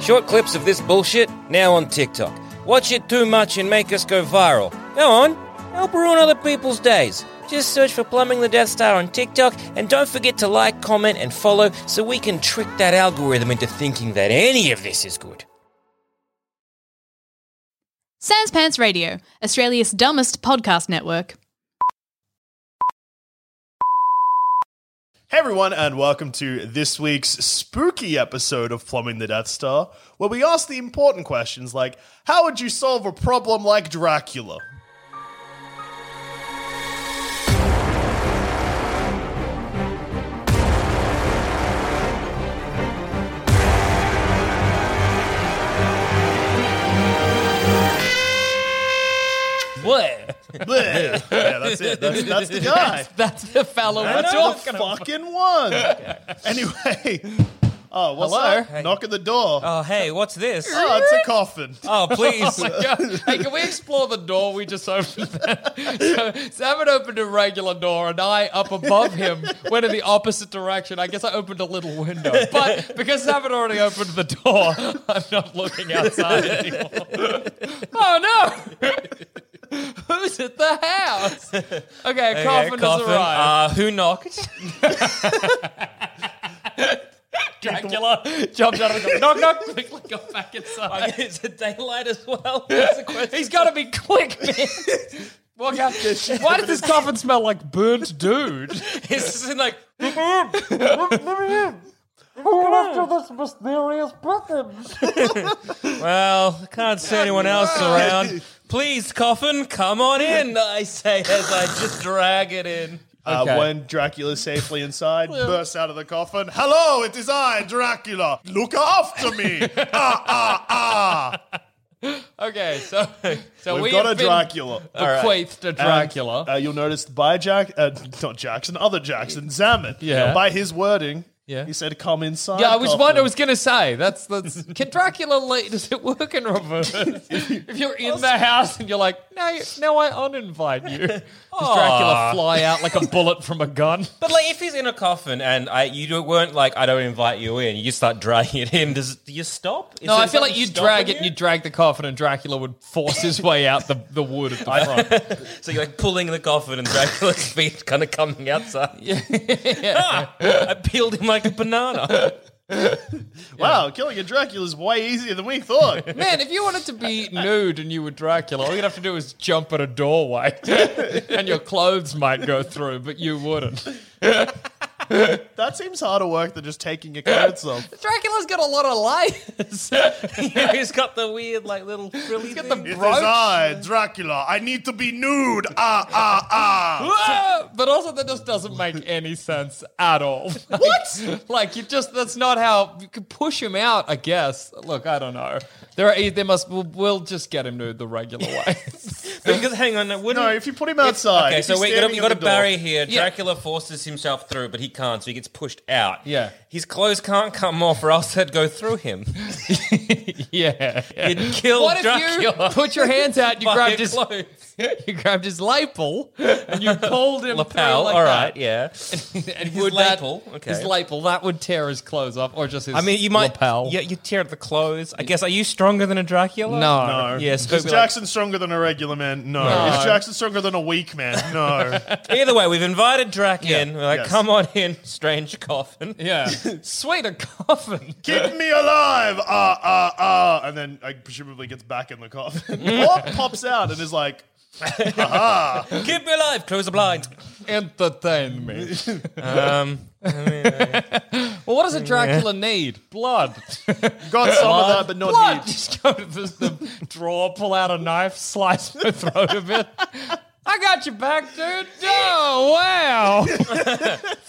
Short clips of this bullshit now on TikTok. Watch it too much and make us go viral. Go on, help ruin other people's days. Just search for Plumbing the Death Star on TikTok and don't forget to like, comment, and follow so we can trick that algorithm into thinking that any of this is good. Sans Pants Radio, Australia's dumbest podcast network. Hey everyone, and welcome to this week's spooky episode of Plumbing the Death Star, where we ask the important questions like how would you solve a problem like Dracula? What? Bleh. yeah, that's it. That's, that's the guy. That's the fellow we're That's talking the fucking one. Anyway, oh, what's Hello? Uh, up? Knock at the door. Oh, hey, what's this? oh, it's a coffin. Oh, please. about. hey, can we explore the door we just opened? so, Simon opened a regular door, and I, up above him, went in the opposite direction. I guess I opened a little window. But because Simon already opened the door, I'm not looking outside anymore. oh, no! Who's at the house? Okay, a coffin, has arrived. Uh, who knocked? Dracula jumped out of the door. Knock, knock, quickly got back inside. Is it daylight as well? That's the question. He's got to be quick, man. Walk out. Why does this coffin smell like burnt dude? It's just in like, well, I can't see anyone else around. Please, coffin, come on in, I say as I just drag it in. Oh, Uh, when Dracula's safely inside, bursts out of the coffin. Hello, it is I, Dracula. Look after me. Ah, Okay, so so We've we got a have been Dracula. bequeathed to And, Dracula. uh, you'll notice by Jack, uh, not Jackson, other Jackson, Zaman. Yeah. by his wording, Yeah. he said, "Come inside." yeah, I was coffin." what I was gonna say. That's that's. Can Dracula late? Does it work in reverse? if you're in the house and you're like, no, you- no, I uninvite you. Does Dracula fly out like a bullet from a gun? But like, if he's in a coffin and I, you don't- weren't like, I don't invite you in, you just start dragging it in. Does do you stop? Is No, it I feel about like you stopping drag it, and you drag the coffin, and Dracula would force his way out the, the wood at the front. so you're like pulling the coffin and Dracula's feet kind of coming outside. Ah, I peeled him like a banana. Wow, killing a Dracula is way easier than we thought. Man, if you wanted to be nude and you were Dracula, all you'd have to do is jump at a doorway, and your clothes might go through, but you wouldn't. that seems harder work than just taking your clothes off. Dracula's got a lot of layers. he's got the weird like little frilly. He's got thing. the It is brooch, I, Dracula. I need to be nude. Ah, ah, ah. Ah, but also that just doesn't make any sense at all. what? Like you just—that's not how you could push him out. I guess. Look, I don't know. There are there must we'll, we'll just get him nude the regular way. Because hang on, wouldn't. No, if you put him outside. Okay, if so he's we got standing you at got a the door- Barry here. Dracula forces himself through, but he can't, so he gets pushed out. Yeah. his clothes can't come off, or else they'd go through him. yeah. It'd kill What if you Dracula. put your hands out and you by grabbed his his clothes. you grabbed his lapel and you pulled him lapel? through like all that. right, yeah. And His would that- lapel, okay. His lapel that would tear his clothes off, or just his. I mean, you might. lapel. Yeah, you tear up the clothes. I guess. Are you stronger than a Dracula? No. No. Yes, Is but like- Jackson stronger than a regular man? No. No. Is Jackson stronger than a weak man? No. Either way, we've invited Drac Yeah. in. We're like, Yes. come on in, strange coffin. Yeah. Sweet a coffin. Keep me alive! Ah, ah, ah. And then like, presumably gets back in the coffin. or pops out and is like, Keep me alive. Close the blinds. Entertain me. Um, Well, what does a Dracula need? Blood. got some of that, but not Blood. need. Just go to the, the drawer, pull out a knife, slice the throat a bit. I got your back, dude. Oh, wow.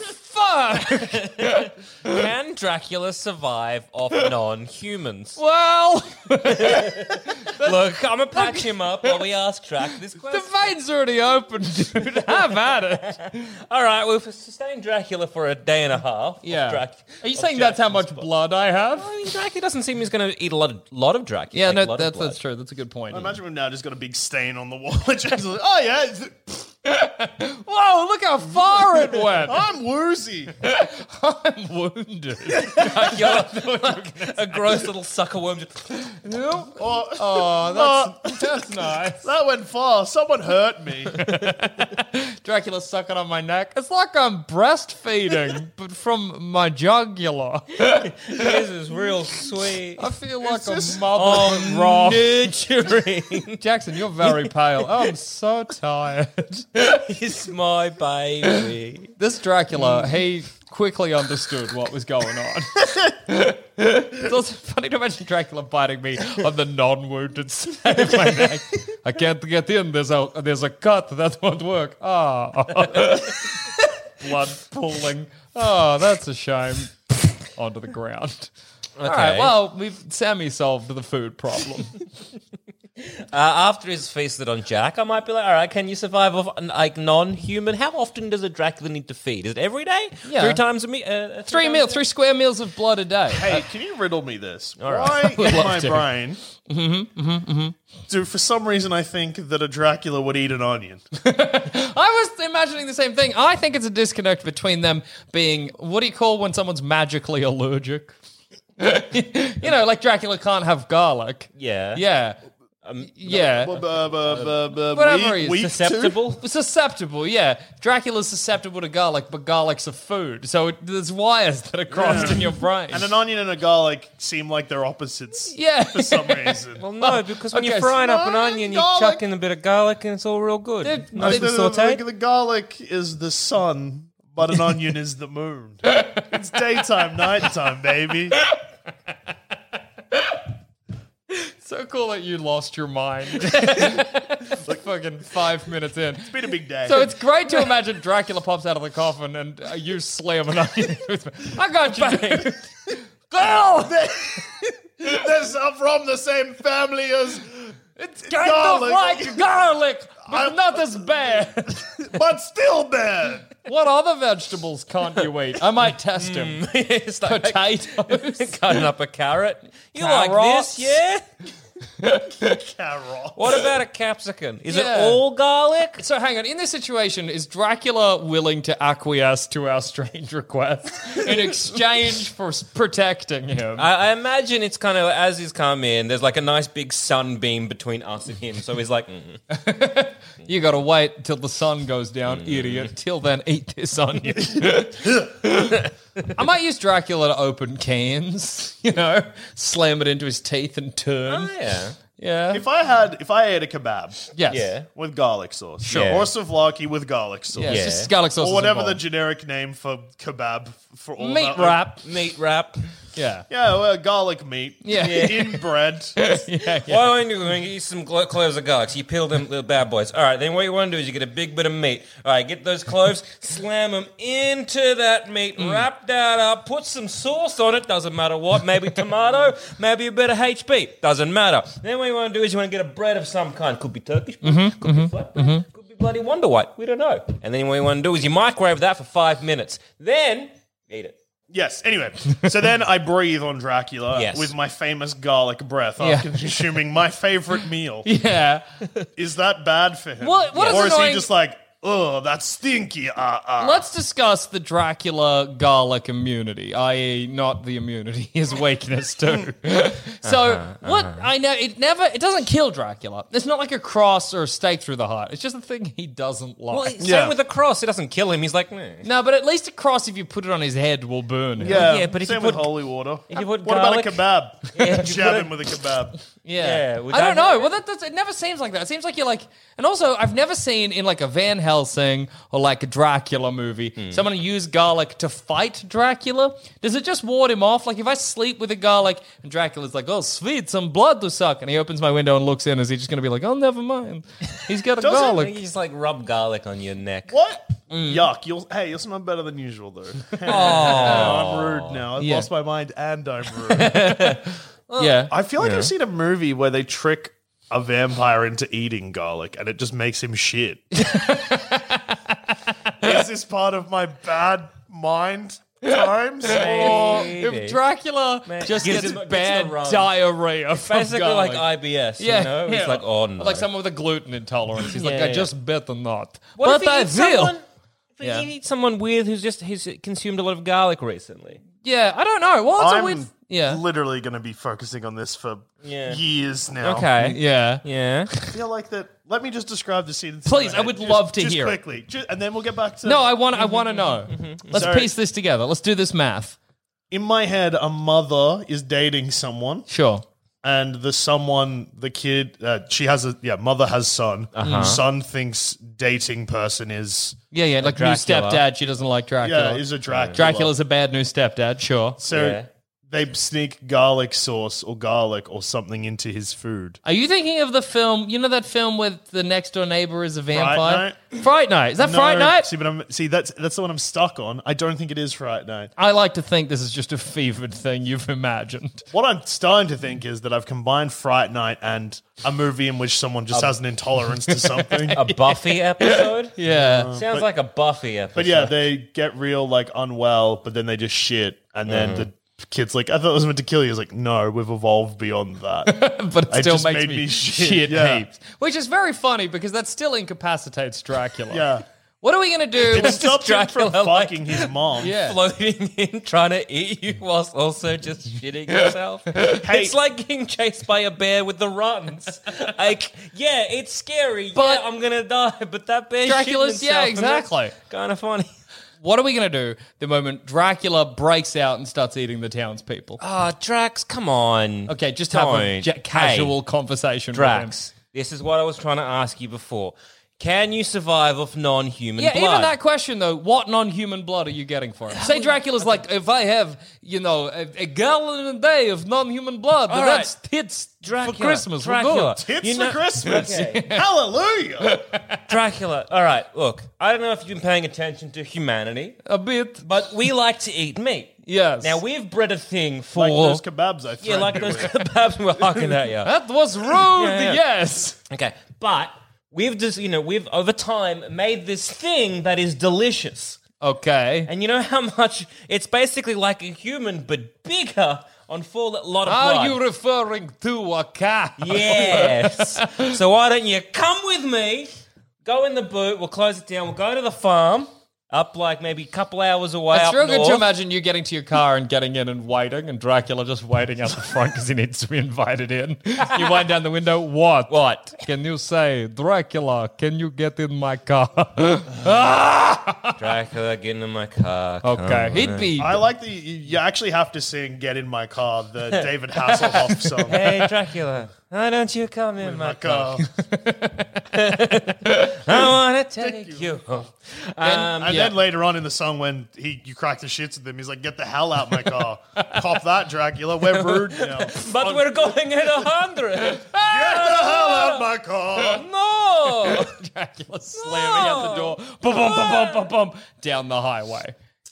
Fuck. can Dracula survive off non-humans? Well, Look, I'm gonna patch him up while we ask Drac this the question. vein's already open, dude. Have at it. All right, we've sustained Dracula for a day and a half. of Yeah. Drac- Are you of saying that's how Jackson's much blood. blood I have? I mean, Dracula doesn't seem he's gonna eat a lot of lot of Dracula. Yeah, like, a no, lot of that's, blood. that's true. That's a good point. Imagine him now just got a big stain on the wall. Jackson's like, oh yeah. it's- Whoa, look how far it went. I'm woozy. I'm wounded. a gross little sucker worm. Just, Nope. Oh, Oh, that's, that's nice. that went far. Someone hurt me. Dracula sucking on my neck. It's like I'm breastfeeding, but from my jugular. this is real sweet. I feel like just- a mother Oh, in raw. Nurturing Jackson, you're very pale. Oh, I'm so tired. is my baby. This Dracula, he quickly understood what was going on. it's also funny to imagine Dracula biting me on the non-wounded side of my neck. I can't get in. There's a there's a cut that won't work. Ah, blood pooling. Oh, that's a shame. Onto the ground. Okay. All right. Well, we've Sammy solved the food problem. uh, after he's feasted on Jack, I might be like, all right, can you survive off like non-human? How often does a Dracula need to feed? Is it every day? Yeah. Three times a meal. Uh, three times meal, a- three square meals of blood a day. Hey, can you riddle me this? right. Why in love my to. brain Mm-hmm, do for some reason I think that a Dracula would eat an onion? I was imagining the same thing. I think it's a disconnect between them being what do you call when someone's magically allergic? you know, like Dracula can't have garlic. Yeah. Yeah. yeah. Bu- bu- bu- bu- bu- Whatever uh, weak- he is, weak to- Susceptible. susceptible, yeah. Dracula's susceptible to garlic, but garlic's a food. So it, there's wires that are crossed in your brain. And an onion and a garlic seem like they're opposites yeah. for some reason. Well, no, because when okay, you're frying up an smoked onion, you garlic. chuck in a bit of garlic, and it's all real good. Dude, nice the- and the, the- sauteed. the garlic is the sun, but an onion is the moon. It's daytime, nighttime, baby. so cool that you lost your mind. like fucking five minutes in. It's been a big day. So it's great to imagine Dracula pops out of the coffin and uh, you slam an onion. into his mouth. I got you, dude. Girl, This are from the same family as, it's Garlic. kind of like garlic, but I- not as bad. but still bad. What other vegetables can't you eat? I might test him. it's like Potatoes. cutting up a carrot. You like Carrots. this, yeah? Carrot. What about a capsicum? Is Yeah. it all garlic? So hang on. In this situation, is Dracula willing to acquiesce to our strange request in exchange for s- protecting him? I, I imagine it's kind of as he's come in. There's like a nice big sunbeam between us and him, so he's like, mm. You gotta wait till the sun goes down, idiot. Till then, eat this onion. I might use Dracula to open cans, you know, slam it into his teeth and turn. "Oh, yeah, Yeah. If I had, if I ate a kebab yes. yeah." with garlic sauce, Sure. or souvlaki with garlic sauce, Yeah, it's Yeah. just garlic sauce. or is whatever the involved. generic name for kebab for all meat that- wrap. Meat wrap. Yeah. Yeah, well, garlic meat. Yeah. in bread. Yeah. yeah. Why don't you when you eat some glo- cloves of garlic? You peel them little bad boys. All right, then what you want to do is you get a big bit of meat. All right, get those cloves, slam them into that meat, Mm. wrap that up, put some sauce on it. Doesn't matter what. Maybe tomato, maybe a bit of HP. Doesn't matter. Then what you want to do is you want to get a bread of some kind. Could be Turkish, bread, Mm-hmm, could be flatbread, could be bloody Wonder White. We don't know. And then what you want to do is you microwave that for five minutes. Then eat it. Yes. Anyway, so then I breathe on Dracula Yes. with my famous garlic breath Yeah. after consuming my favorite meal. Yeah. Is that bad for him? What- what is or is annoying- he just like, oh, that's stinky? Ah, ah. Let's discuss the Dracula garlic immunity, i.e., not the immunity, his weakness too. so, what I know, it never, it doesn't kill Dracula. It's not like a cross or a stake through the heart. It's just a thing he doesn't like. Well, same Yeah. with the cross. It doesn't kill him. He's like, "Meh." no, but at least a cross, if you put it on his head, will burn him. Yeah, Yeah, but if same you with put- holy water. if you put what garlic- about a kebab? Yeah, if you Jab put him it- with a kebab. Yeah. Yeah, would I don't that know. work? Well, that, that's, it never seems like that. It seems like you're like, and also, I've never seen in like a Van Helsing or like a Dracula movie Hmm. someone use garlic to fight Dracula. Does it just ward him off? Like, if I sleep with a garlic and Dracula's like, oh, sweet, some blood to suck, and he opens my window and looks in, is he just going to be like, oh, never mind? He's got a Doesn't I think garlic. you just like rub garlic on your neck. What? Mm. Yuck! You'll hey, you'll smell better than usual though. I'm rude now. I've Yeah. lost my mind and I'm rude. yeah. I feel like I've seen a movie where they trick a vampire into eating garlic and it just makes him shit. Is this part of my bad mind? times. Or Maybe. if Dracula Man, just gives gets him- gets bad him a run. diarrhea from Basically, garlic. like IBS. yeah, you know? yeah. It's like, oh no. like someone with a gluten intolerance. He's like, Yeah, I yeah. just bet the not. What but I if he eats will. someone? If he Yeah. eats someone weird who's just who's consumed a lot of garlic recently. Yeah, I don't know. Well, it's a weird. I'm Yeah, literally going to be focusing on this for Yeah. years now. Okay. yeah. Yeah. I feel like that. Let me just describe the scene. that's in Please, my I head. would Just- love to just hear it. quickly, Ju- and then we'll get back to. No, I want. I Mm-hmm. want to know. Let's Sorry. piece this together. Let's do this math. in my head, a mother is dating someone, Sure. and the someone, the kid, uh, she has a yeah, mother has son. Uh-huh. Mm. Son thinks dating person is Yeah, yeah. Like Dracula. new stepdad. She doesn't like Dracula. yeah is a Dracula. Dracula's a bad new stepdad. Sure. so Yeah. they sneak garlic sauce or garlic or something into his food. Are you thinking of the film? You know that film with the next door neighbor is a vampire. Night. Is that Fright No, Night? See, but I'm, see, that's that's the one I'm stuck on. I don't think it is Fright Night. I like to think this is just a fevered thing you've imagined. What I'm starting to think is that I've combined Fright Night and a movie in which someone just has an intolerance to something. A Buffy episode? Yeah. Sounds like a Buffy episode. But yeah, they get real like unwell, but then they just shit, and then the kid's like, "I thought it was meant to kill you." He's like, "No, we've evolved beyond that." but it It still just makes made me, me shit, shit, yeah. heaps. Which is very funny because that still incapacitates Dracula. yeah, What are we gonna do? it stopped him from Dracula, like- fucking his mom. yeah. floating in, trying to eat you whilst also just shitting yourself. It's like getting chased by a bear with the runs. like, yeah, it's scary. But- yeah, I'm gonna die. But that bear, Dracula's- yeah, exactly. Kind of funny. What are we gonna do the moment Dracula breaks out and starts eating the townspeople? Ah, Drax, come on. Okay, just have a Don't. ja- casual Hey, conversation Drax. This is what I was trying to ask you before. Can you survive off non-human with him. Yeah, blood? even that question though, what non-human blood are you getting for him? Say Dracula's like, if I have, you know, a, a gallon a day of non-human blood, All then right. that's tits Dracula, for Christmas. We're Dracula. good. It's You know- for Christmas. Hallelujah. Dracula. All right, look. I don't know if you've been paying attention to humanity, A bit, but but we like to eat meat. yes. Now we've bred a thing for like those kebabs I yeah, like threatened those you with. kebabs we're hucking at you. that was rude. yeah. Yes. Okay, but we've just you know we've over time made this thing that is delicious, Okay. and you know how much it's basically like a human but bigger on full lot of Are blood. you referring to a cow? yes. so why don't you come with me? Go in the boot. We'll close it down. We'll go to the farm. Up like maybe a couple hours away. It's up real good north. to imagine you getting to your car and getting in and waiting, and Dracula just waiting out the front because he needs to be invited in. You wind down the window. What? What? Can you say, Dracula? Can you get in my car? Oh, Dracula, get into my car. come okay, he'd be. I like the you you actually have to sing "Get in My Car" the David Hasselhoff song. Hey Dracula, why don't you come in my My car? car. I wanna take you home. And then later on in the song, when he you crack the shits with him, he's like, "Get the hell out my car! Cop that, Dracula! We're rude now. Get the But we're going at a hundred. hell out my car!" No. Dracula slamming out the door, bum bum bum bum bum bum, down the highway.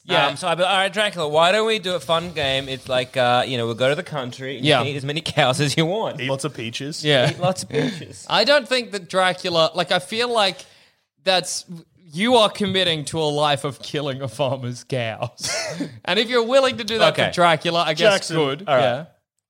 Uh, Yeah, I'm sorry, but all right, Dracula. Why don't we do a fun game? It's like uh, you know, we'll go to the country. And Yeah. you can eat as many cows as you want. Eat lots of peaches. Yeah, Eat lots of peaches. I don't think that Dracula. Like, I feel like that's you are committing to a life of killing a farmer's cows, and if you're willing to do that Okay. for Dracula, I guess Jackson, good. all right. Yeah.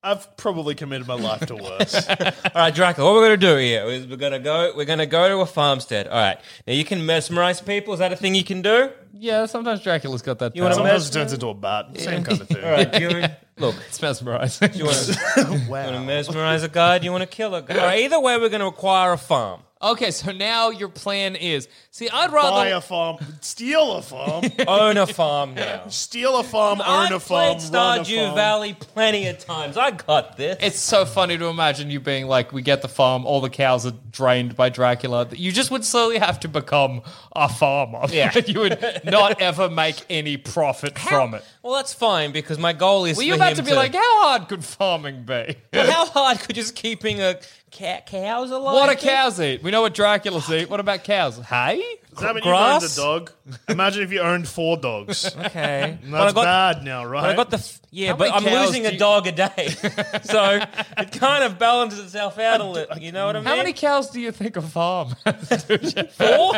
I've probably committed my life to worse. All right, Dracula. What we're gonna do here is we're gonna go. We're gonna go to a farmstead. All right. Now you can mesmerize people. Is that a thing you can do? Yeah, sometimes Dracula's got that. You wanna power. ma- Sometimes it turns into a bat. Same kind of thing. All right. do you- Look, it's mesmerizing. do you want to Wow. mesmerize a guy? Do you want to kill a guy? All right, either way, we're gonna acquire a farm. okay, so now your plan is see. I'd rather Buy a farm, steal a farm, Own a farm now. steal a farm, own a I've farm, played run a Stardew farm. Valley plenty of times. I got this. It's so funny to imagine you being like, we get the farm, all the cows are drained by Dracula. You just would slowly have to become a farmer. Yeah. you would not ever make any profit from it. Well, that's fine because my goal is. Were for you about him to be like, how hard could farming be? how hard could just keeping a cat cows alive? What do be? cows eat? We know what Dracula's eat. What about cows? Hay? Sam, you owned grass? a dog. Imagine if you owned four dogs. Okay. But That's I got, bad now, right? but I got the f- yeah, How but I'm many cows losing do a you- dog a day, so it kind of balances itself out a little. You know what I mean? How many cows do you think a farm? Four?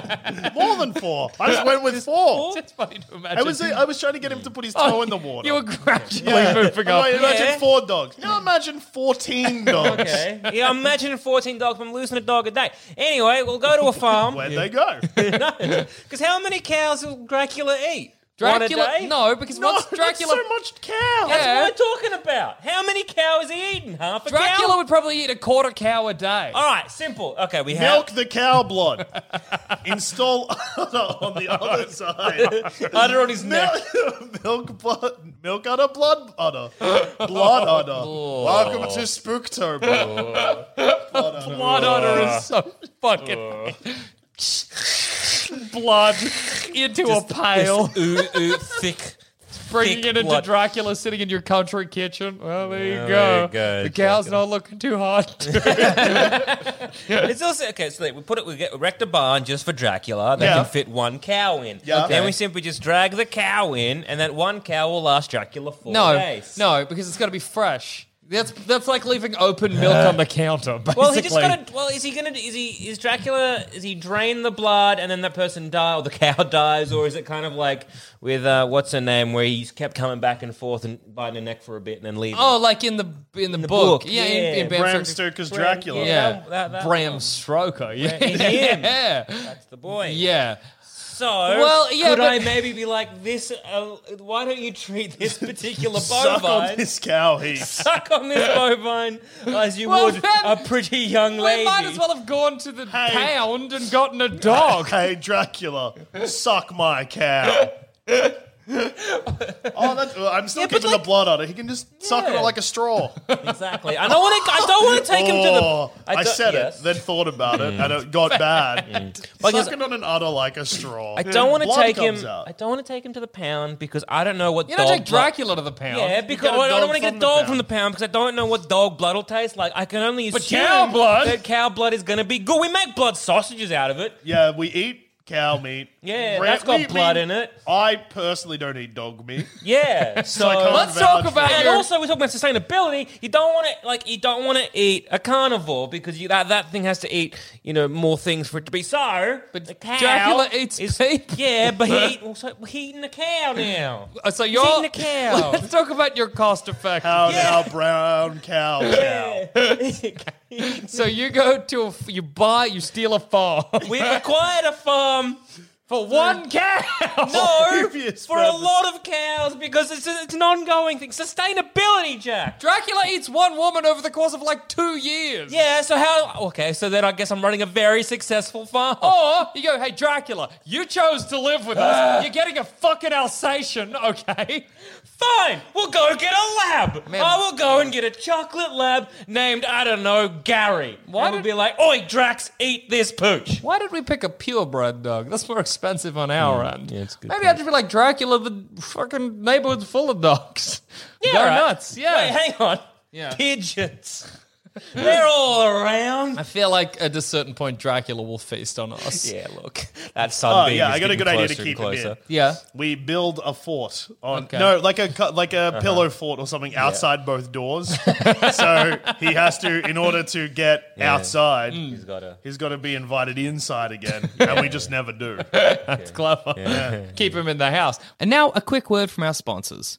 More than four. I just went with four. it's funny to imagine. I was I was trying to get him to put his toe Oh, in the water. You were gradually Yeah. moving I'm like, up. imagine Yeah. four dogs. Now imagine fourteen dogs. Okay. Yeah, I'm imagining 14 dogs. I'm losing a dog a day. Anyway, we'll go to a farm. Where'd they go? Because how many cows will Dracula eat? One a Dracula? day? No, because No, once Dracula, that's so much cow. That's Yeah. what we're talking about. How many cows is he eating? Half a Dracula cow? would probably eat a quarter cow a day. All right, simple. Okay, we Milk the cow blood. Install on the other side. have udder on his neck. Milk, milk blood. Milk udder, blood udder. Blood udder. Welcome to Spooktober. Blood odor is so fucking. blood into a pail, ooh, ooh, thick. bringing thick it into blood. Dracula sitting in your country kitchen. Well, there you go. there you go, the cow's not looking too hot. It's also okay. So we put it. We get erect a barn just for Dracula. They Yeah. can fit one cow in. Yeah. Then Okay. we simply just drag the cow in, and that one cow will last Dracula four no, days. no, because it's got to be fresh. That's that's like leaving open milk on the counter. Basically. Well, he just got to. Well, is he gonna? Is he? Is Dracula? Is he drain the blood and then that person die or the cow dies or is it kind of like with uh, what's her name where he kept coming back and forth and biting her neck for a bit and then leaving? Oh, like in the in the, book. book, yeah, yeah. in, in Bram, Bram Stoker- Stoker's Dracula. Yeah, that- that- that Bram one. Stroker. Yeah, him. yeah, that's the boy. yeah. So Well, yeah, could but- I maybe be like this? Uh, why don't you treat this particular Suck on bovine? this cow heat. Suck on this bovine as you Well, would then, a pretty young lady. We might as well have gone to the Hey. pound and gotten a dog. Hey, Dracula, suck my cow. oh, that's, well, I'm still Yeah, but giving like- the blood on it. He can just suck it Yeah. out like a straw. Exactly. I don't want to. I don't want to take him to oh, the. I, don't- said yes. it, then thought about it, and it got bad. Because- Sucking on an udder like a straw. I don't want to Blood take him. comes out. I don't want to take him to the pound because I don't know what You dog don't take blood- Dracula to the pound. Yeah, because get a I don't dog want to get from the dog pound. from the pound because I don't know what dog blood will taste like. I can only assume But cow blood- that cow blood is going to be good. We make blood sausages out of it. Yeah, we eat cow meat. Yeah, Ra- that's got we- we- blood in it. I personally don't eat dog meat. Yeah, so. I can't Let's vouch talk for about that. and your- also, we talk about sustainability. You don't want to like you don't want to eat a carnivore because you, that that thing has to eat you know more things for it to be so. But the cow Dracula eats is- people. Yeah, but he also he eating the cow now. Uh, So He's you're eating the cow. Let's talk about your cost effect. Cow now, brown cow, cow. So you go to a, f- you buy, you steal a farm We've acquired a farm. for one cow. No, Previous for a purpose. lot of cows because it's, it's an ongoing thing. Sustainability, Jack. Dracula eats one woman over the course of like two years. Yeah. So how? Okay. So then I guess I'm running a very successful farm. Or you go, hey Dracula, you chose to live with us. You're getting a fucking Alsatian, okay? Fine, we'll go get a lab. Man. I will go and get a chocolate lab named I don't know Gary. Why Why would did- be like, oi Drax, eat this pooch? Why did we pick a purebred dog? That's more expensive on our end. Hmm. yeah, it's a good Maybe I would just be like Dracula. The fucking neighborhood's full of dogs. Yeah, Go all right. nuts. Yeah. Wait, hang on. Yeah. Pigeons. They're all around. I feel like at a certain point, Dracula will feast on us. Yeah, look, that Oh sunbeam. yeah, is I got a getting good idea to closer and keep him closer. in. Yeah. We build a fort on Okay. no, like a cu- like a Uh-huh. pillow fort or something outside both doors. so he has to, in order to get outside, He's got a. he's got to be invited inside again, and we just never do. That's clever. Keep him in the house. And now a quick word from our sponsors.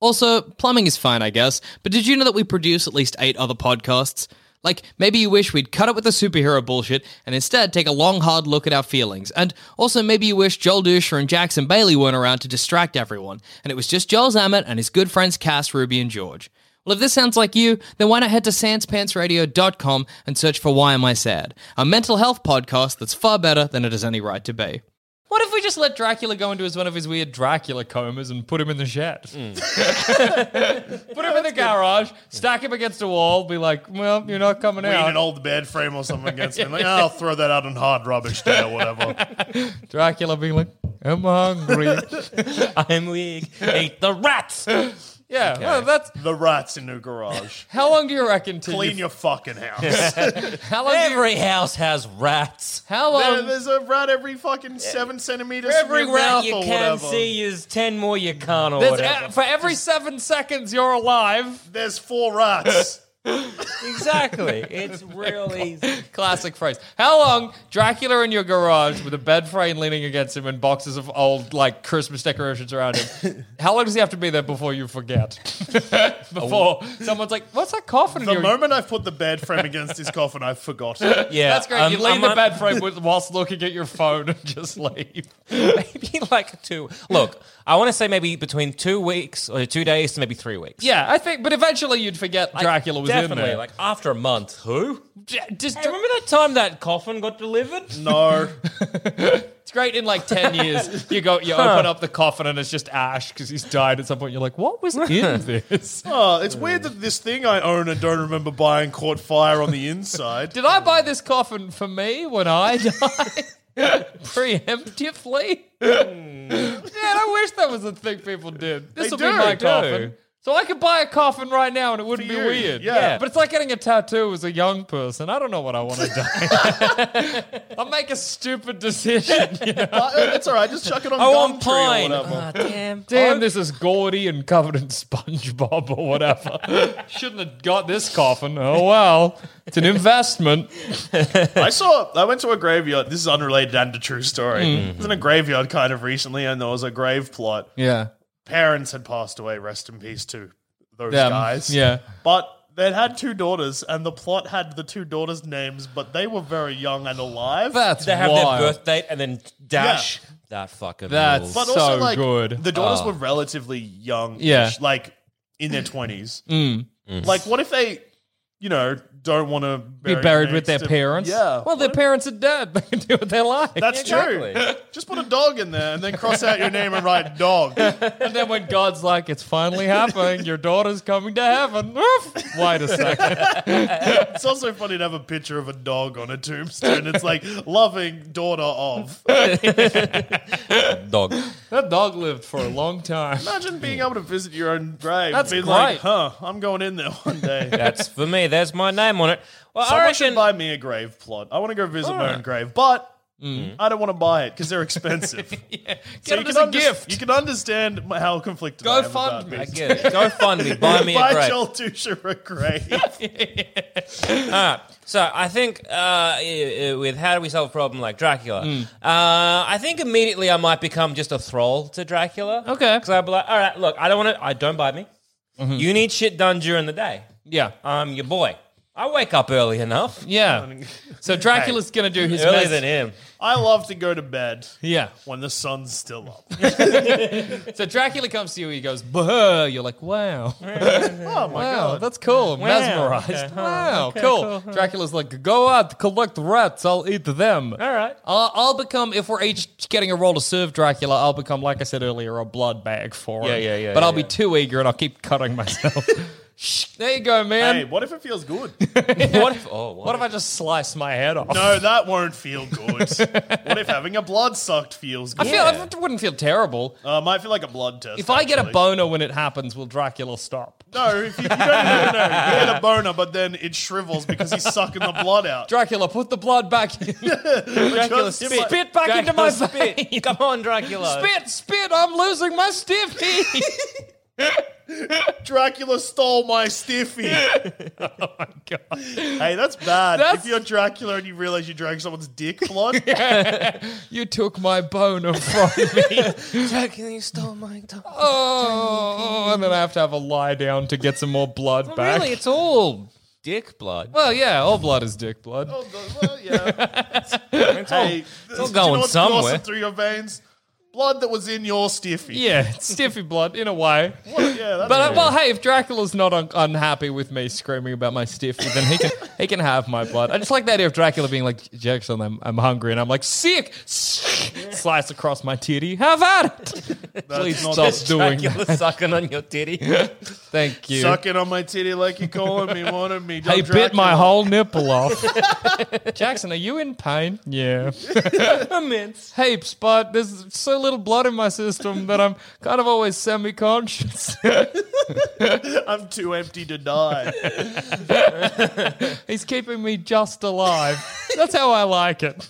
Also, plumbing is fine, I guess, but did you know that we produce at least eight other podcasts? Like, maybe you wish we'd cut up with the superhero bullshit and instead take a long, hard look at our feelings. And also, maybe you wish Joel Dusher and Jackson Bailey weren't around to distract everyone, and it was just Joel Zammett and his good friends Cass, Ruby, and George. Well, if this sounds like you, then why not head to sanspantsradio.com and search for Why Am I Sad, a mental health podcast that's far better than it has any right to be. What if we just let Dracula go into his, one of his weird Dracula comas and put him in the shed? Mm. put him in the garage, stack him against a wall, be like, well, you're not coming We need out. an old bed frame or something against me. Like, "Oh, I'll throw that out on hard rubbish day or whatever. Dracula being like, I'm hungry. I'm weak. Eat the rats. yeah, well, that's. the rats in the garage. How long do you reckon till Clean you, your fucking house. how long do you, Every house has rats. how There- long There's a rat every fucking seven centimeters. from Every your rat mouth you or can whatever. see is ten more you can't or there's whatever. a- uh, for every seven seconds you're alive. There's four rats. exactly. It's real easy. Classic phrase. How long Dracula in your garage with a bed frame leaning against him and boxes of old like Christmas decorations around him? how long does he have to be there before you forget? before someone's like, "What's that coffin?" in the your-" moment I've put the bed frame against his coffin, I forgot. it. Yeah, That's great. um, you leave I'm the un- bed frame with, whilst looking at your phone and just leave. maybe like two. Look, I want to say maybe between two weeks or two days to maybe three weeks. Yeah, I think, but eventually you'd forget Dracula was in Definitely, there. like after a month. Who? J- just Hey, remember that time that coffin got delivered? No. It's great in like 10 years. You go, you open up the coffin and it's just ash because he's died at some point. You're like, what was in this? Oh, it's weird that this thing I own and don't remember buying caught fire on the inside. Did I buy this coffin for me when I died? Preemptively? Man, I wish that was a thing people did. This They will be do, my do. coffin. So I could buy a coffin right now and it wouldn't For be you, weird. yeah. Yeah. But it's like getting a tattoo as a young person. I don't know what I want to die. I'll make a stupid decision. you know? Uh, it's all right. Just chuck it on I want Gumtree Oh, pine. or whatever. Ah, damn. Damn, this is gaudy and covered in SpongeBob or whatever. Shouldn't have got this coffin. Oh well, it's an investment. I saw. I went to a graveyard. This is unrelated and a true story. I was in a graveyard kind of recently, and there was a grave plot. Yeah, Parents had passed away. Rest in peace to those Them. guys. Yeah. but. They had two daughters, and the plot had the two daughters' names, but they were very young and alive. that's They have wild. their birth date and then dash. That fucking That's- rules. but also so like good. the daughters were relatively young Yeah. Mm. like in their 20s like what if they you know don't want to Be buried with their parents. yeah Well, their parents are dead. They can do what they like. that's true Exactly. just put a dog in there and then cross out your name and write dog and then when God's like, it's finally happening. Your daughter's coming to heaven. Woof. Wait a second. it's also funny to have a picture of a dog on a tombstone it's like loving daughter of dog. That dog lived for a long time. imagine being able to visit your own grave That's being like great. huh i'm going in there one day That's for me. There's my name on it. Well, I Someone reckon. should buy me a grave plot. I want to go visit my own grave, but I don't want to buy it because they're expensive. So Get it as a unders- gift. You can understand m- how conflicted I am about GoFundMe. I this. get it. Go fund me. Buy me a Buy grave. Joel Dusha a grave. All right. So I think uh, i- i- with how do we solve a problem like Dracula, uh, I think immediately I might become just a thrall to Dracula. Okay. Because I'd be like, all right, look, I don't want to. I don't bite me. You need shit done during the day. Yeah. I'm your boy. I wake up early enough. Yeah. So Dracula's going to do his Earlier best. than him. I love to go to bed Yeah. when the sun's still up. So Dracula comes to you. He goes, "Bah!" You're like, "Wow, Oh my wow, god. that's cool." I'm mesmerized. Wow, cool. Dracula's like, "Go out, collect rats. I'll eat them." All right. I'll, I'll become if we're each getting a role to serve Dracula. I'll become, like I said earlier, a blood bag for him. Yeah, yeah, yeah, But yeah, I'll be yeah. too eager, and I'll keep cutting myself. Shh, there you go, man. Hey, what if it feels good? What if? Oh, what if I just slice my head off? No, that won't feel good. what if having a blood sucked feels I good? feel I wouldn't feel terrible. Uh, might feel like a blood test. If I get a actually. boner when it happens, will Dracula stop? No, if you, you don't, no, no, no. You get a boner, but then it shrivels because he's sucking the blood out. Dracula, put the blood back in. Dracula Just- spit, Spit back into my spit. vein. Come on, Dracula. Spit, spit, I'm losing my stiffy. Dracula stole my stiffy. Oh God. Hey, that's bad. That's- If you're Dracula and you realize you're dragging someone's dick blood, You took my boner from me. Dracula, you stole my. Oh, Oh, and then I have to have a lie down to get some more blood back. really? It's all dick blood. Well, yeah, all blood is dick blood. Oh, the- well, yeah. It's all- Hey, it's all going somewhere. through your veins. blood that was in your stiffy. Yeah, it's stiffy blood in a way. yeah, that's But uh, well, hey, if Dracula's not un- unhappy with me screaming about my stiffy, then he can he can have my blood. I just like the idea of Dracula being like, Jackson, I'm, I'm hungry, and I'm like, sick, slice across my titty. Have at it. Please not- stop doing that. Dracula sucking on your titty. Thank you. Sucking on my titty like you calling me, wanted me. He Don't bit my Dracula. whole nipple off. Jackson, are you in pain? Yeah. Immense. Heaps, but there's so little blood in my system that I'm kind of always semi conscious. I'm too empty to die. He's keeping me just alive. That's how I like it.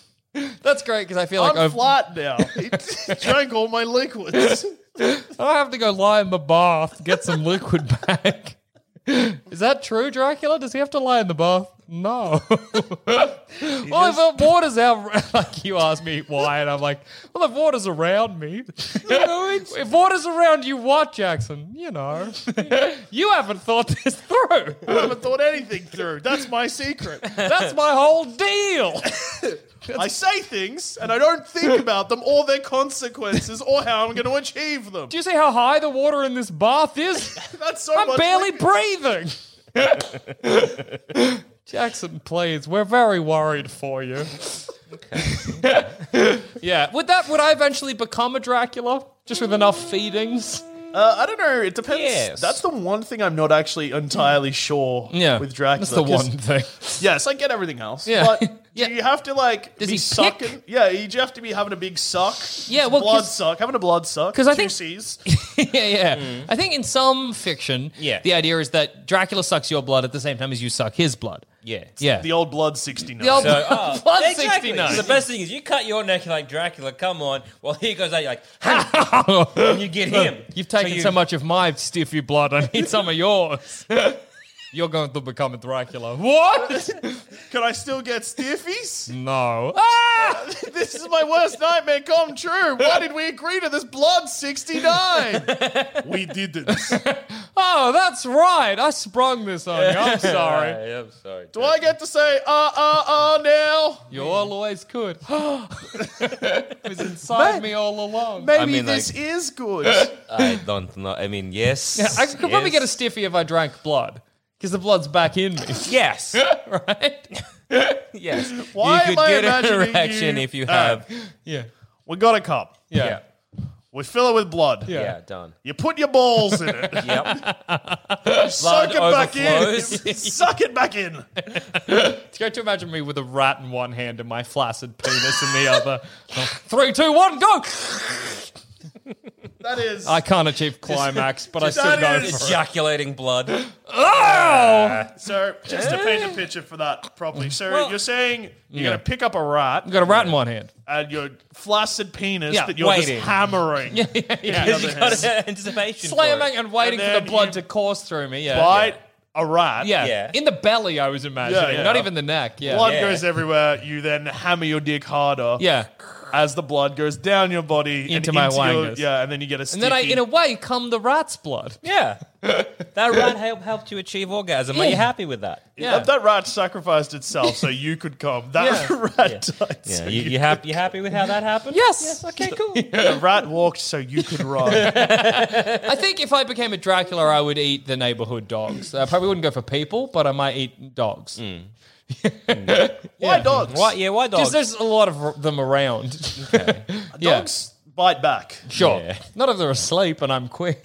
That's great because I feel like I'm I've, I flat now. He drank all my liquids. don't have to go lie in the bath, get some liquid back. Is that true, Dracula? Does he have to lie in the bath? No. well, if the water's out, like you asked me why, and I'm like, well, the water's around me. if water's around you, what, Jackson? You know, you haven't thought this through. I haven't thought anything through. That's my secret. That's my whole deal. I say things and I don't think about them or their consequences or how I'm going to achieve them. Do you see how high the water in this bath is? That's so I'm much barely breathing. Jackson, please, we're very worried for you. yeah, would that would I eventually become a Dracula just with enough feedings? Uh, I don't know. It depends. Yes. That's the one thing I'm not actually Mm. entirely sure with Dracula. that's the 'cause- one thing. Yes, I get everything else. Yeah. But Yeah. do you have to like Does be he pick? sucking? Yeah, you have to be having a big suck. Yeah, It's well, blood 'cause- suck. Having a blood suck. 'cause I think- two C's. yeah, yeah. I think in some fiction, Yeah. the idea is that Dracula sucks your blood at the same time as you suck his blood. Yeah. Yeah. the old blood sixty nine. The old So, oh, blood exactly. 69. The best thing is you cut your neck like Dracula. Come on. Well, he goes out. You're like, ha! and you get him. You've taken so, you- much of my stiffy blood. I need some of yours. You're going to become a Dracula. What? Can I still get stiffies? No. Ah! this is my worst nightmare come true. Why did we agree to this blood sixty nine? we didn't. Oh, that's right. I sprung this on you. I'm sorry. Yeah, I'm sorry. Do I get to say uh uh uh now? You always could. it was inside me all along. Maybe mean, this is good. I don't know. I mean, yes. Yeah, I could probably get yes. a stiffy if I drank blood. Because the blood's back in me, Yes. right? Yes. Why you could am I get an imagining erection you- if you have. Yeah. we got a cup. Yeah. yeah. We fill it with blood. Yeah. Yeah. Done. You put your balls in it. Yep. suck it back in. overflows. suck it back in. It's going to imagine me with a rat in one hand and my flaccid penis in the other. Three, two, one, go! That is. I can't achieve climax, but I still that go is- for it. Ejaculating blood. Oh! so just to paint a picture for that properly. So Well- you're saying you're going to pick up a rat I've got a rat in one hand. and your flaccid penis Yeah, that you're waiting. just hammering. Because you got an anticipation. for Slamming it. and waiting And for the then blood you to course through me. Yeah. Bite a rat. Yeah. Yeah. In the belly, I was imagining. Yeah, yeah. Not even the neck. Yeah. Blood Yeah. goes everywhere. You then hammer your dick harder. Yeah. As the blood goes down your body and Into my your- wangus. yeah, and then you get a. And then I, in a way, come the rat's blood. Yeah. that rat help, helped you achieve orgasm. Are you Yeah. happy with that? Yeah. That, that rat sacrificed itself so you could come. That Yeah. rat died. so Yeah. You, you, hap- you happy with how that happened? Yes. Yes. Okay, cool. The rat walked so you could run. I think if I became a Dracula, I would eat the neighborhood dogs. I probably wouldn't go for people, but I might eat dogs. Why dogs? Why, yeah, why Because dogs? there's a lot of r- them around. yeah. Dogs bite back. Sure. Yeah. Not if they're asleep and I'm quick.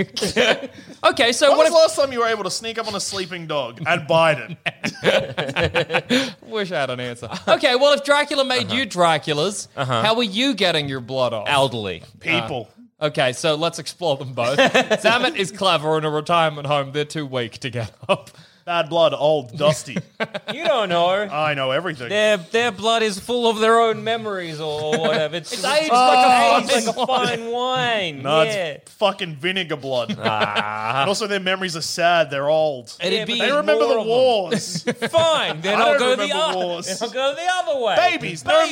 okay, so When what was if the last time you were able to sneak up on a sleeping dog and bite it? wish I had an answer? Okay, well, if Dracula made you Draculas, how were you getting your blood off? elderly. People. Okay, so let's explore them both. Zamet is clever in a retirement home. They're too weak to get up. Bad blood, old, dusty. You don't know. I know everything. Their, their blood is full of their own memories or whatever. It's, it's aged, like a aged like a fine wine. No, yeah. it's fucking vinegar blood. And also, their memories are sad. They're old. It'd Yeah, be but they remember more the of them. wars. Fine, then I I'll don't go the remember other. wars. Then I'll go the other way. Babies, no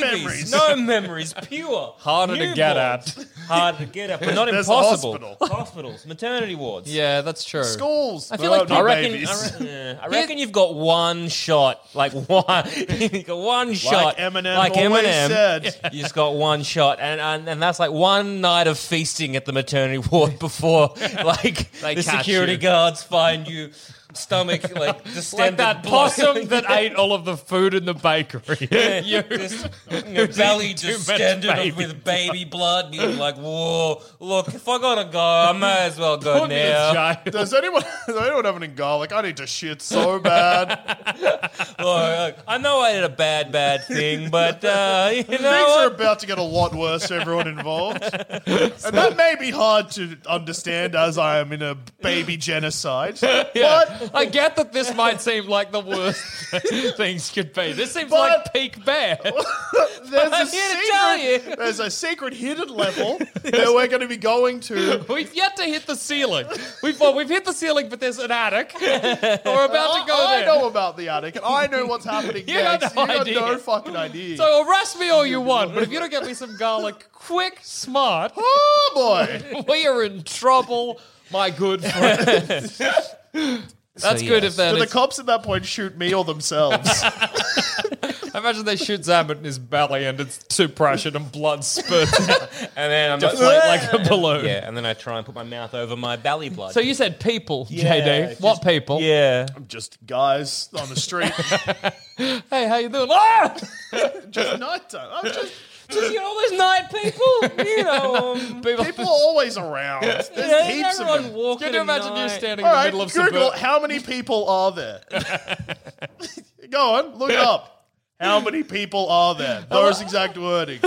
memories. no memories, pure. Harder to get Newborns. at. Hard to get at, but not There's the impossible. hospital. Hospitals, maternity wards. Yeah, that's true. Schools. I feel There like are no I reckon. babies. I reckon- yeah. I reckon you've got one shot, like one, you got one shot, Eminem always said. You just got one shot, and, and and that's like one night of feasting at the maternity ward before, like the catch security you. guards find you stomach like Like distended, that possum that ate all of the food in the bakery. You- just your belly Too much distended baby with baby blood. And you're like, whoa, look, if I gotta go, I may as well go Put me in now. jail. Does anyone does anyone have any garlic? I need to shit so bad. Look, I know I did a bad, bad thing, but uh, you know Things what? are about to get a lot worse for everyone involved. And that may be hard to understand as I am in a baby genocide. But I get that this might seem like the worst things could be. This seems But- like peak bear. there's a I'm here to tell secret, there's a secret hidden level that we're going to be going to. We've yet to hit the ceiling. We've well, we've hit the ceiling, but there's an attic. We're about to go I, I there. know about the attic. and I know what's happening You got next. no you got idea. no fucking idea. So arrest me all you want, but if you don't get me some garlic quick, smart, oh boy, we are in trouble, my good friend. That's good if that do the is. cops at that point shoot me or themselves? Imagine they shoot Zamet in his belly and it's suppression and blood spurts out And then I'm like, just like, like a balloon. yeah, and then I try and put my mouth over my belly blood. So you said people, JD. just- what people? yeah, Just guys on the street. Hey, how you doing? Ah! Just night time. I'm just just you know, all those night people, you know, um, People. people are always around. There's yeah, heaps of everyone them. walking. Can you at imagine you night. standing All in the right, middle of Google suburb- how many people are there. Go on, look it up. How many people are there? Those exact wording.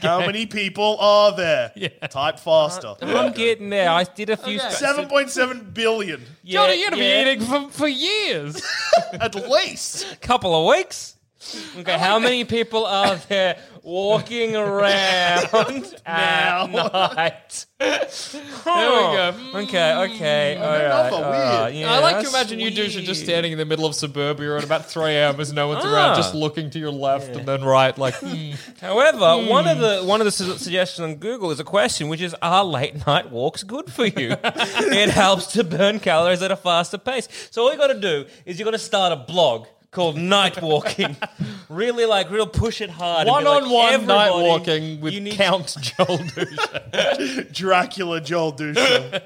How many people are there? Type faster. I'm getting there. I did a few. Okay. sp- 7.7 billion, yeah, Johnny, you're gonna yeah, be eating for, for years. at least. couple of weeks. Okay, how many people are there walking around now? Night? There we go. Okay, okay, all right. Another all weird. right, yeah, I like to that's imagine you douche are just weird. standing in the middle of suburbia at about 3 a.m. as no one's Ah. around, just looking to your left and then right, like, hmm. However, one of the one of the su- suggestions on Google is a question, which is: Are late night walks good for you? it helps to burn calories at a faster pace. So all you got to do is you got to start a blog called Night Walking. really, like, real push it hard. and be one like, on one night "Everybody, walking with you need- Count Joel Douche. Dracula Joel Dusha.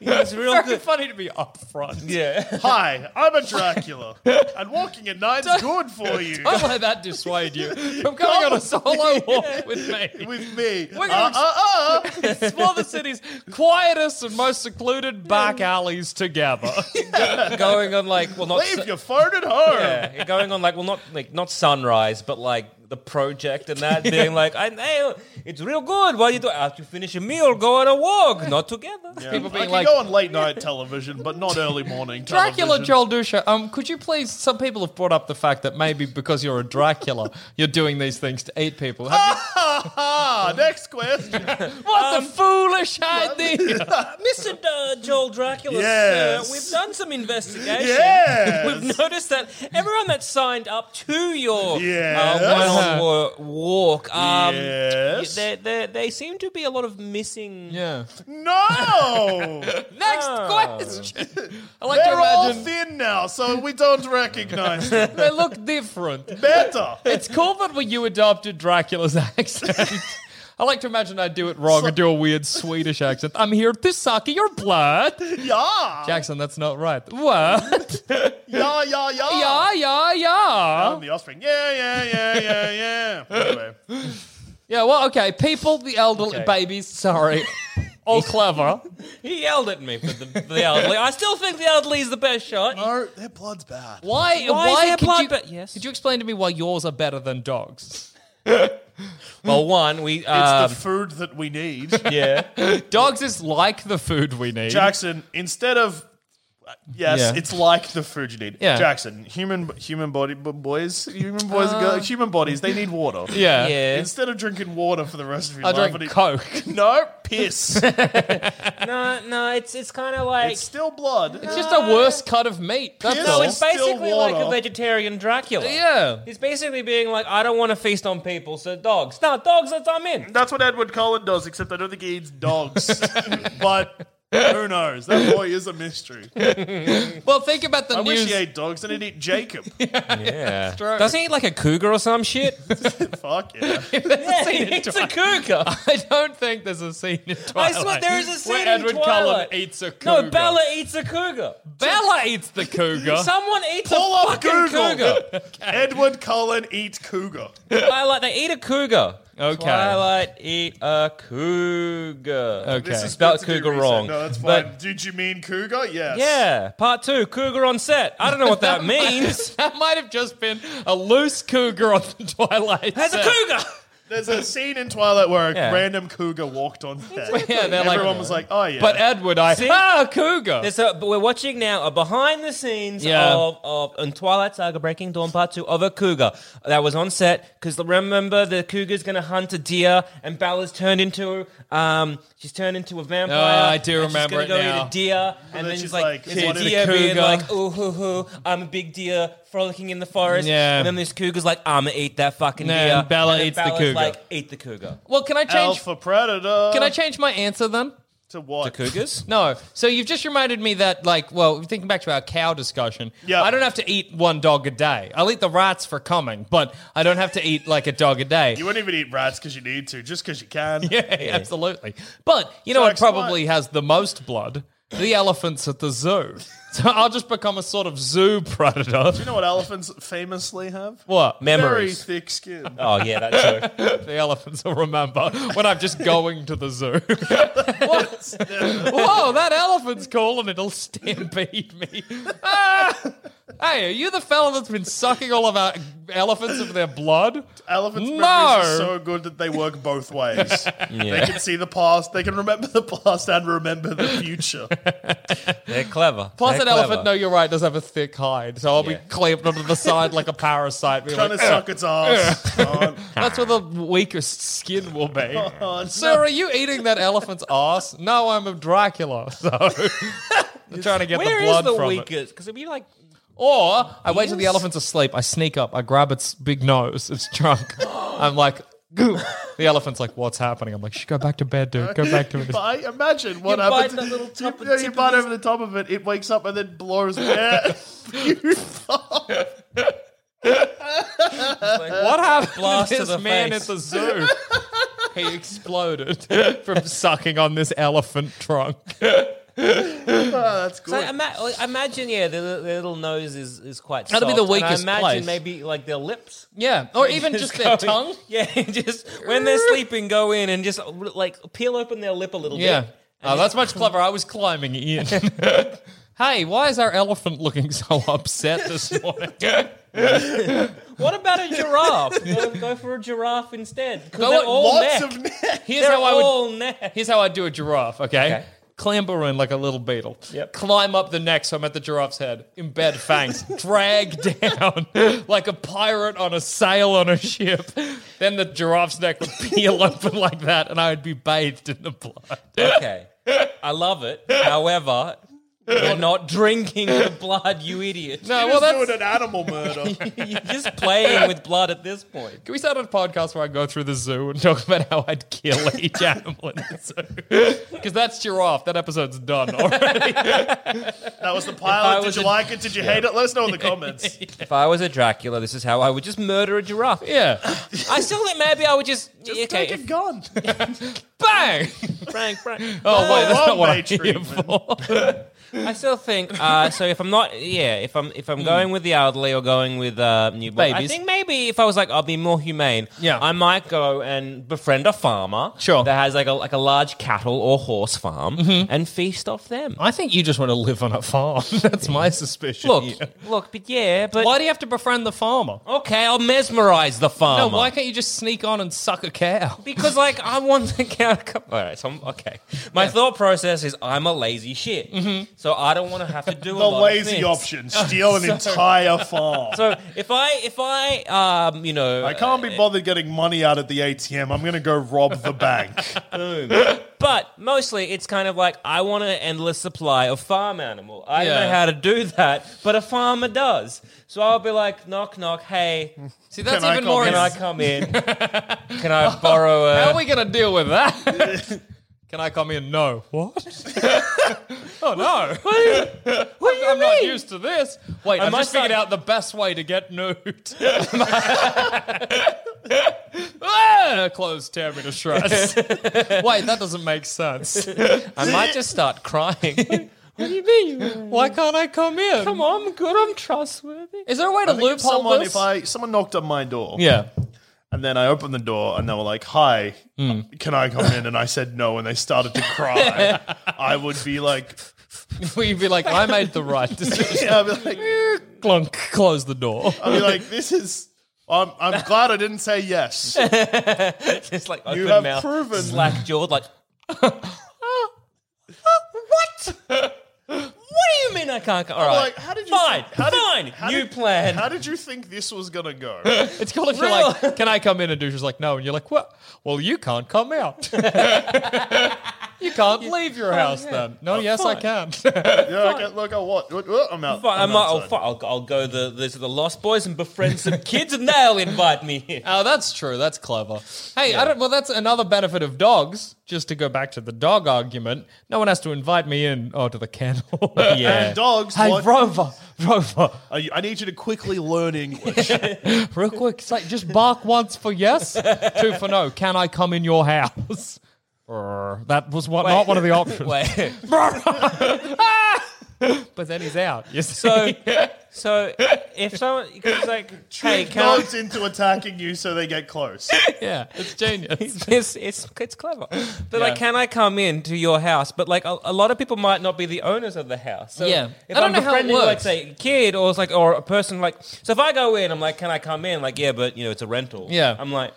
It's real Very good. funny to be upfront. Yeah. Hi, I'm a Dracula, and walking at nine's good for you. Don't let that dissuade you from going on a solo walk with me. With me. We're gonna Uh, uh, uh. Explore the city's quietest and most secluded back alleys together. going on like well not Leave su- your phone at home. yeah, going on like well not like not sunrise but like the project and that being like I, hey, it's real good while you do after you finish a meal go on a walk not together People I being can like, go on late night television, but not early morning television. Dracula Joel Dusha, um, could you please? Some people have brought up the fact that maybe because you're a Dracula, you're doing these things to eat people. Have Ha ha! Ah, Next question. you, Ah, Um, what the foolish idea! Mr. Uh, Joel Dracula, Yes. sir, we've done some investigation. Yes. We've noticed that everyone that signed up to your Yes. uh, one-on wa- walk, um, Yes. there, there, they seem to be a lot of missing. yeah. No! Next Ah. question. I like They're to all imagine thin now, so we don't recognize them. they look different. Better. It's cool that when you adopted Dracula's accent. I like to imagine I do it wrong and do a weird Swedish accent. I'm here to suck your blood. Yeah. Jackson, that's not right. What? Yeah, yeah, yeah. Yeah, yeah, yeah. I'm the offspring. Yeah, yeah, yeah, yeah, yeah. Anyway. Yeah, well, okay. People, the elderly, Okay. babies, sorry. All clever. He yelled at me for the, for the elderly. I still think the elderly is the best shot. No, their blood's bad. Uh, Why? Why, is there could blood you, ba- yes. Could you explain to me why yours are better than dogs? Well, Oh, one we It's um, the food that we need. yeah. Dogs is like the food we need. Jackson, instead of. Yes, Yeah. it's like the food you need. Yeah. Jackson, human human body b- boys, human boys, and girls, human bodies, they need water. Uh, yeah. Yeah. Instead of drinking water for the rest of your I life, drink it- Coke. no piss. No, no, it's it's kind of like it's still blood. It's just a worse cut of meat. That's Yes. no, all. it's still basically like a water. vegetarian Dracula. yeah. He's basically being like, I don't want to feast on people, so dogs. No, dogs, that's I'm in. That's what Edward Cullen does, except I don't think he eats dogs. but Who knows? That boy is a mystery. Well, think about the I wish news. he ate dogs and he'd eat Jacob. Yeah. Doesn't he eat like a cougar or some shit? Fuck yeah. it's a cougar. I don't think there's a scene in I Twilight. swear there is a scene where in Edward Cullen Twilight. eats a cougar. No, Bella eats a cougar. Bella eats the cougar. Someone eats Pull a up fucking Google. cougar. Edward Cullen eat cougar. Twilight, they eat a cougar. Okay. Twilight eat a cougar. Okay. This This is spelled meant to be cougar research. wrong. No, that's fine. But- Did you mean cougar? Yes. yeah, part two, cougar on set. I don't know what that means. that might have just been a loose cougar on the Twilight. Has a set. cougar. There's a scene in Twilight where a Yeah. random cougar walked on set. Yeah, they're like- Everyone was like, oh yeah. But uh, Edward, I See? ah cougar. There's a, but we're watching now a behind the scenes Yeah. of, of in Twilight Saga Breaking Dawn Part 2 of a cougar that was on set because remember the cougar's going to hunt a deer and Bella's turned into um she's turned into a vampire. Oh, I do and remember she's gonna it go now. Eat a deer and, then then she's she's like, like, it's "Kid's a a deer being cougar." like, ooh hoo hoo, I'm a big deer frolicking in the forest. Yeah. And then this cougar's like, I'm gonna eat that fucking Yeah, deer. and Bella then eats the Bella's cougar. Like, eat the cougar. well, can I change? Alpha Predator. Can I change my answer then? to what? The cougars. No. So you've just reminded me that, like, well, thinking back to our cow discussion, Yeah. I don't have to eat one dog a day. I'll eat the rats for coming, but I don't have to eat like a dog a day. You wouldn't even eat rats because you need to, just because you can. Yeah, absolutely. But you know So what explain. probably has the most blood? The elephants at the zoo. So I'll just become a sort of zoo predator. You know what elephants famously have? What? Very Memories. thick skin. Oh yeah, that's true. The elephants will remember when I'm just going to the zoo. what? Whoa, that elephant's cool and it'll stampede me. Ah! Hey, are you the fella that's been sucking all of our elephants of their blood? Elephants' No. memories are so good that they work both ways. They can see the past, they can remember the past and remember the future. They're clever. Plus, They're an elephant, clever. no, you're right, does have a thick hide. So I'll Yeah. be clamped onto the side like a parasite. being Trying to like, suck its ass. Can't. That's where the weakest skin will be. Oh, Sir, are you eating that elephant's ass? No, I'm a Dracula, so I'm trying to get Where the is blood the from it. weakest? Because it'd be like Or I wait till the elephant's asleep. I sneak up. I grab its big nose, its trunk. I'm like, "Goo." the elephant's like, "What's happening?" I'm like, "Shh, go back to bed, dude. Go back to no. bed." But I imagine what You bite happens. the little top you, of- yeah, you tip of bite this- over the top of it, it wakes up and then blows air. You thought- What happened Blast to to this the man face. at the zoo? he exploded from sucking on this elephant trunk. Oh, That's So good. ima- like, imagine, yeah, the, the little nose is, is quite. That'll be soft, the and weakest I imagine place. maybe like their lips, Yeah, or even just their tongue. Yeah, just when they're sleeping, go in and just like peel open their lip a little Yeah. bit. Oh, that's much clever. I was climbing in. hey, why is our elephant looking so upset this morning? What about a giraffe? go, go for a giraffe instead. 'cause Go they're at all Lots neck. of neck. Here's They're how I would. all neck. Here's how I do a giraffe. Okay. Okay. Clamber in like a little beetle. Yep. Climb up the neck so I'm at the giraffe's head. Embed fangs. drag down like a pirate on a sail on a ship. Then the giraffe's neck would peel open like that and I would be bathed in the blood. Okay, I love it. However, you're not drinking the blood, you idiot. No, Just well, that's. doing an animal murder. You're just playing with blood at this point. Can we start a podcast where I go through the zoo and talk about how I'd kill each animal in the zoo? Because that's giraffe. That episode's done already. That was the I pilot. Did was you a- like it? Did you hate it? Let us know in the comments. If I was a Dracula, this is how I would just murder a giraffe. yeah. I still think maybe I would just, okay, Take a if- gun. Bang! Frank, Frank. Oh, wait, that's Wrong not what I'm way here treatment. for. I still think uh, so. If I'm not, yeah, if I'm if I'm going with the elderly or going with uh, newborn, I Hmm. Babies. think maybe if I was like, I'll be more humane. Yeah. I might go and befriend a farmer, Sure. Mm-hmm. that has like a like a large cattle or horse farm, and feast off them. I think you just want to live on a farm. That's my suspicion. look, here. look, but yeah, but why do you have to befriend the farmer? okay, I'll mesmerize the No, farmer. why can't you just sneak on and suck a cow? Because like I want the cow to come. All right, so I'm okay. My thought process is I'm a lazy shit, so I don't want to have to do a Mm-hmm. The lot of lazy things. option: steal an entire farm. So if I if I um you know I can't be bothered getting money out at the ATM. I'm going to go rob the bank. But mostly, it's kind of like I want an endless supply of farm animal. I Yeah. don't know how to do that, but a farmer does. So I'll be like, knock, knock, hey, See, that's Can I come even more. in? can I come in? can I borrow How a? are we going to deal with that? Can I come in? No. What? oh no. I'm not used to this. Wait, I have I just figured start- out the best way to get nude. Close tear me to shreds. Wait, that doesn't make sense. I might just start crying. What do you mean? Why can't I come in? Come on, I'm good, I'm trustworthy. Is there a way to I think if loophole someone, this? if I someone knocked on my door, yeah. and then I opened the door, and they were like, "Hi, Hmm. can I come in?" And I said no, and they started to cry. I would be like, We'd be like, I made the right decision. I'd be like, Clunk, close the door. I'd be like, "This is." I'm, I'm glad I didn't say yes. It's like open have mouth, proven- slack jawed, like. what? what do you mean I can't? All right, like, how did you- fine, how did- fine. how New did- plan. How did you think this was gonna go? It's called if you're like, can I come in? And Dusha's like, no. And you're like, what? Well, you can't come out. you can't leave your house then. No, yes, I can. Yeah, okay, look, I what, what, what? I'm out. Fine, oh, I I'm might, I'll, outside. fi- I'll, I'll go the, the, to the Lost Boys and befriend some kids, and they'll invite me here. oh, that's true. That's clever. Hey, I don't, well, that's another benefit of dogs. Just to go back to the dog argument, no one has to invite me in. Oh, to the kennel. Yeah. And dogs. Hey, what- Rover, Rover, Are you- I need you to quickly learn English. real quick, it's like, just bark once for yes, two for no. Can I come in your house? Brr, That was what, not one of the options. Wait. But then he's out. You see? So, so if someone, it's like, hey, Trick can I, dogs into attacking you so they get close. yeah, it's genius. it's, it's it's clever. But like, can I come in to your house? But like, a, a lot of people might not be the owners of the house. So Yeah. if I don't I'm know how it befriending, like, works. say, a kid or it's like or a person like. So if I go in, I'm like, can I come in? Like, yeah, but you know, it's a rental. Yeah. I'm like,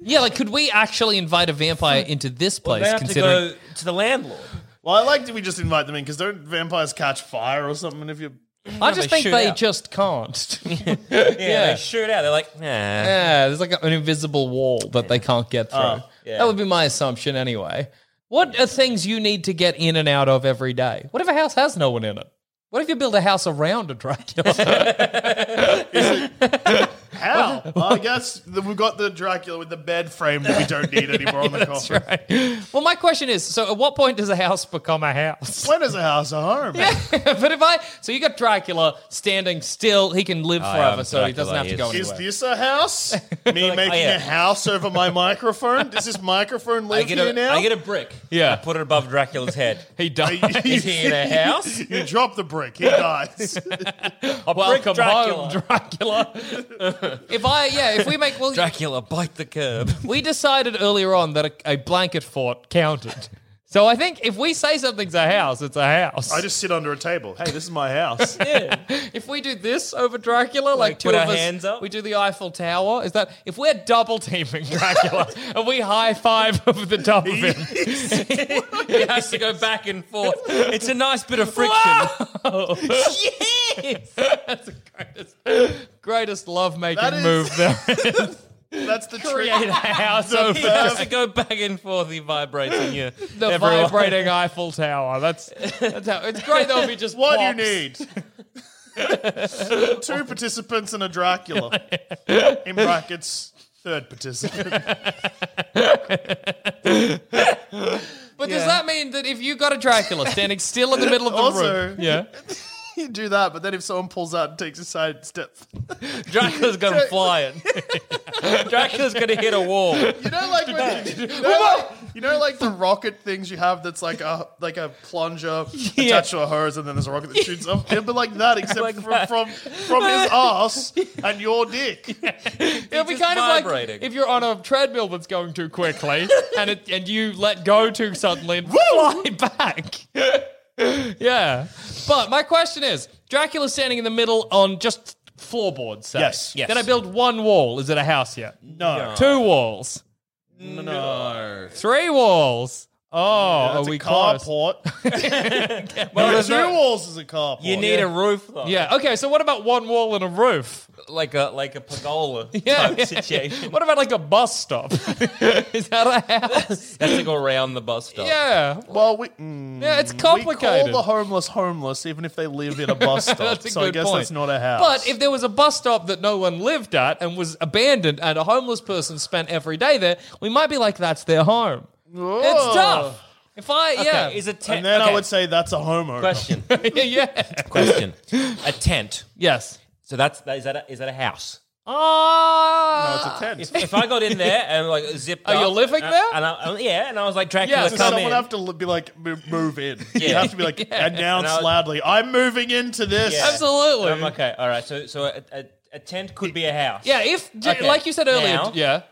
Yeah, like could we actually invite a vampire into this place? they have considering to go to the landlord. Well, I like that we just invite them in because don't vampires catch fire or something if you. I just they think shoot they out. just can't. Yeah, they shoot out. They're like, nah. yeah, there's like an invisible wall that they can't get through. Oh, yeah. That would be my assumption anyway. What are things you need to get in and out of every day? What if a house has no one in it? What if you build a house around a Dracula? How? well, I guess that we've got the Dracula with the bed frame that we don't need anymore on the coffin. well, my question is: so, at what point does a house become a house? When is a house a home? but if I, so you got Dracula standing still, he can live forever, am so he doesn't Dracula, have to go yes. Is anywhere. this a house? Me making "Oh, yeah. a house over my microphone? Does this microphone I live get here a, now? I get a brick. Yeah. I put it above Dracula's head. he dies. Is he in a house? you drop the brick. He dies. Welcome Dracula. home, Dracula. if I, yeah, if we make, well, Dracula, bite the curb. we decided earlier on that a, a blanket fort counted. So I think if we say something's a house, it's a house. I just sit under a table. Hey, this is my house. If we do this over Dracula, like, two put our of us, hands up? we do the Eiffel Tower. Is that if we're double teaming Dracula and we high five over the top of him? It has to go back and forth. It's a nice bit of friction. yes, that's the greatest, greatest That love making is- move there. That's the trick. Create a house The over It best- has to go back and forth. He vibrates in you. the vibrating Eiffel Tower. That's that's how it's great though if he just What pops. do you need? Two participants and a Dracula. In brackets, third participant. But does that mean that if you got a Dracula standing still in the middle of the Also- room, yeah, You do that, but then if someone pulls out and takes a side step, Dracula's gonna fly it. Dracula's gonna hit a wall. you know, like when, you, know, like, you know, like the rocket things you have that's like a like a plunger attached to a hose, and then there's a rocket that shoots up. It'll be like that, except Like from, that. from from his ass and your dick. it'll be just kind of like vibrating. if you're on a treadmill that's going too quickly and it, and you let go too suddenly and fly back. yeah, but my question is, Dracula's standing in the middle on just floorboards. Say. Yes. Yes. Then I build one wall. Is it a house yet? No, Two walls. No. Three walls. Oh, that's are a we close? carport. Well, there's Two no, walls is a carport. you need a roof, though. Yeah. Okay. So what about one wall and a roof? Like a like a pergola Yeah. type situation. What about like a bus stop? Is that a house? Has to go around the bus stop. Yeah. well, we. mm. Yeah. It's We call complicated. the homeless homeless, even if they live in a bus stop. That's a so I good guess point. that's not a house. But if there was a bus stop that no one lived at and was abandoned, and a homeless person spent every day there, we might be like, "That's their home." It's tough. If I, yeah. Is a tent. And then okay, I would say that's a homo. question. yeah. question. A tent. Yes. So that's that, is that a, is that a house? Ah. It's a tent. If I got in there and like zipped, Are you up, living and- there? And I, and- yeah, and I was like Dracula, Yeah, Does come in. someone have to li- be like "Mo- move in? You Yeah. have to be like announce And I would- loudly. I'm moving into this. Yeah. Absolutely. Um, okay, all right. So so a, a, a tent could be a house. Yeah. If, j- Okay. like you said earlier, Now- yeah.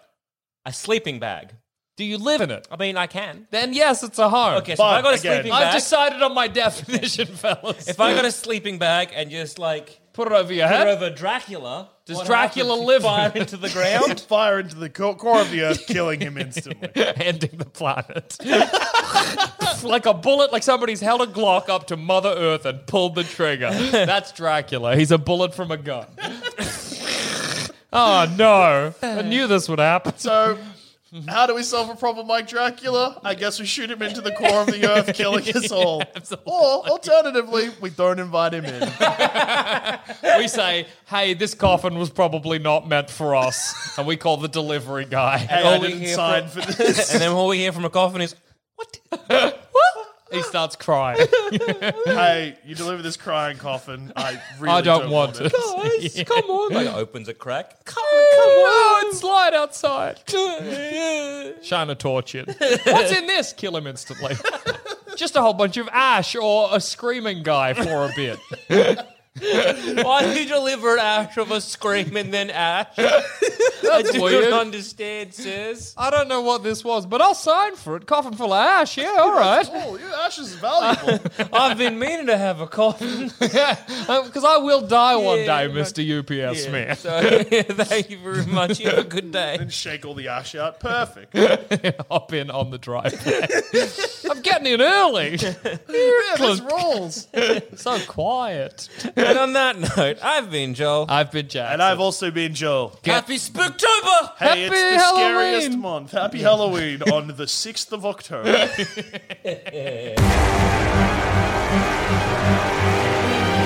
a sleeping bag. Do you live in it? I mean, I can. Then yes, it's a home. Okay, so if I But got a again- sleeping I've bag, decided on my definition, fellas. if I got a sleeping bag and just like put it over your put head, over Dracula, Does what Dracula happens? live- fire into the ground? Fire into the co- core of the earth, killing him instantly. ending the planet. like a bullet, like somebody's held a Glock up to Mother Earth and pulled the trigger. That's Dracula. He's a bullet from a gun. oh no! I knew this would happen. So, how do we solve a problem like Dracula? I guess we shoot him into the core of the earth, killing us all. or, alternatively, we don't invite him in. We say, "Hey, this coffin was probably not meant for us," and we call the delivery guy. Hey, all I we didn't hear sign for this. and then all we hear from a coffin is He starts crying. hey, you deliver this crying coffin. I really I don't want it. guys, come on. Like opens a crack. Come Oh, it's light outside. Shine a torch in. What's in this? Kill him instantly. Just a whole bunch of ash or a screaming guy for a bit. Why did you deliver ash of a scream and then ash? I do weird. not understand, sis. I don't know what this was, but I'll sign for it. Coffin full of ash. Yeah, all right. Oh, your ash is valuable. I've been meaning to have a coffin. Because Uh, I will die one Yeah, day, Mr. UPS man. So thank you very much. You have a good day. and shake all the ash out. Perfect. Hop in on the driveway. I'm getting in early. yeah, this rules. so quiet. And on that note, I've been Joel. I've been Jack. And I've also been Joel. Happy Spooktober! Hey, it's Happy the scariest Halloween. month. Happy Halloween on the 6th of October.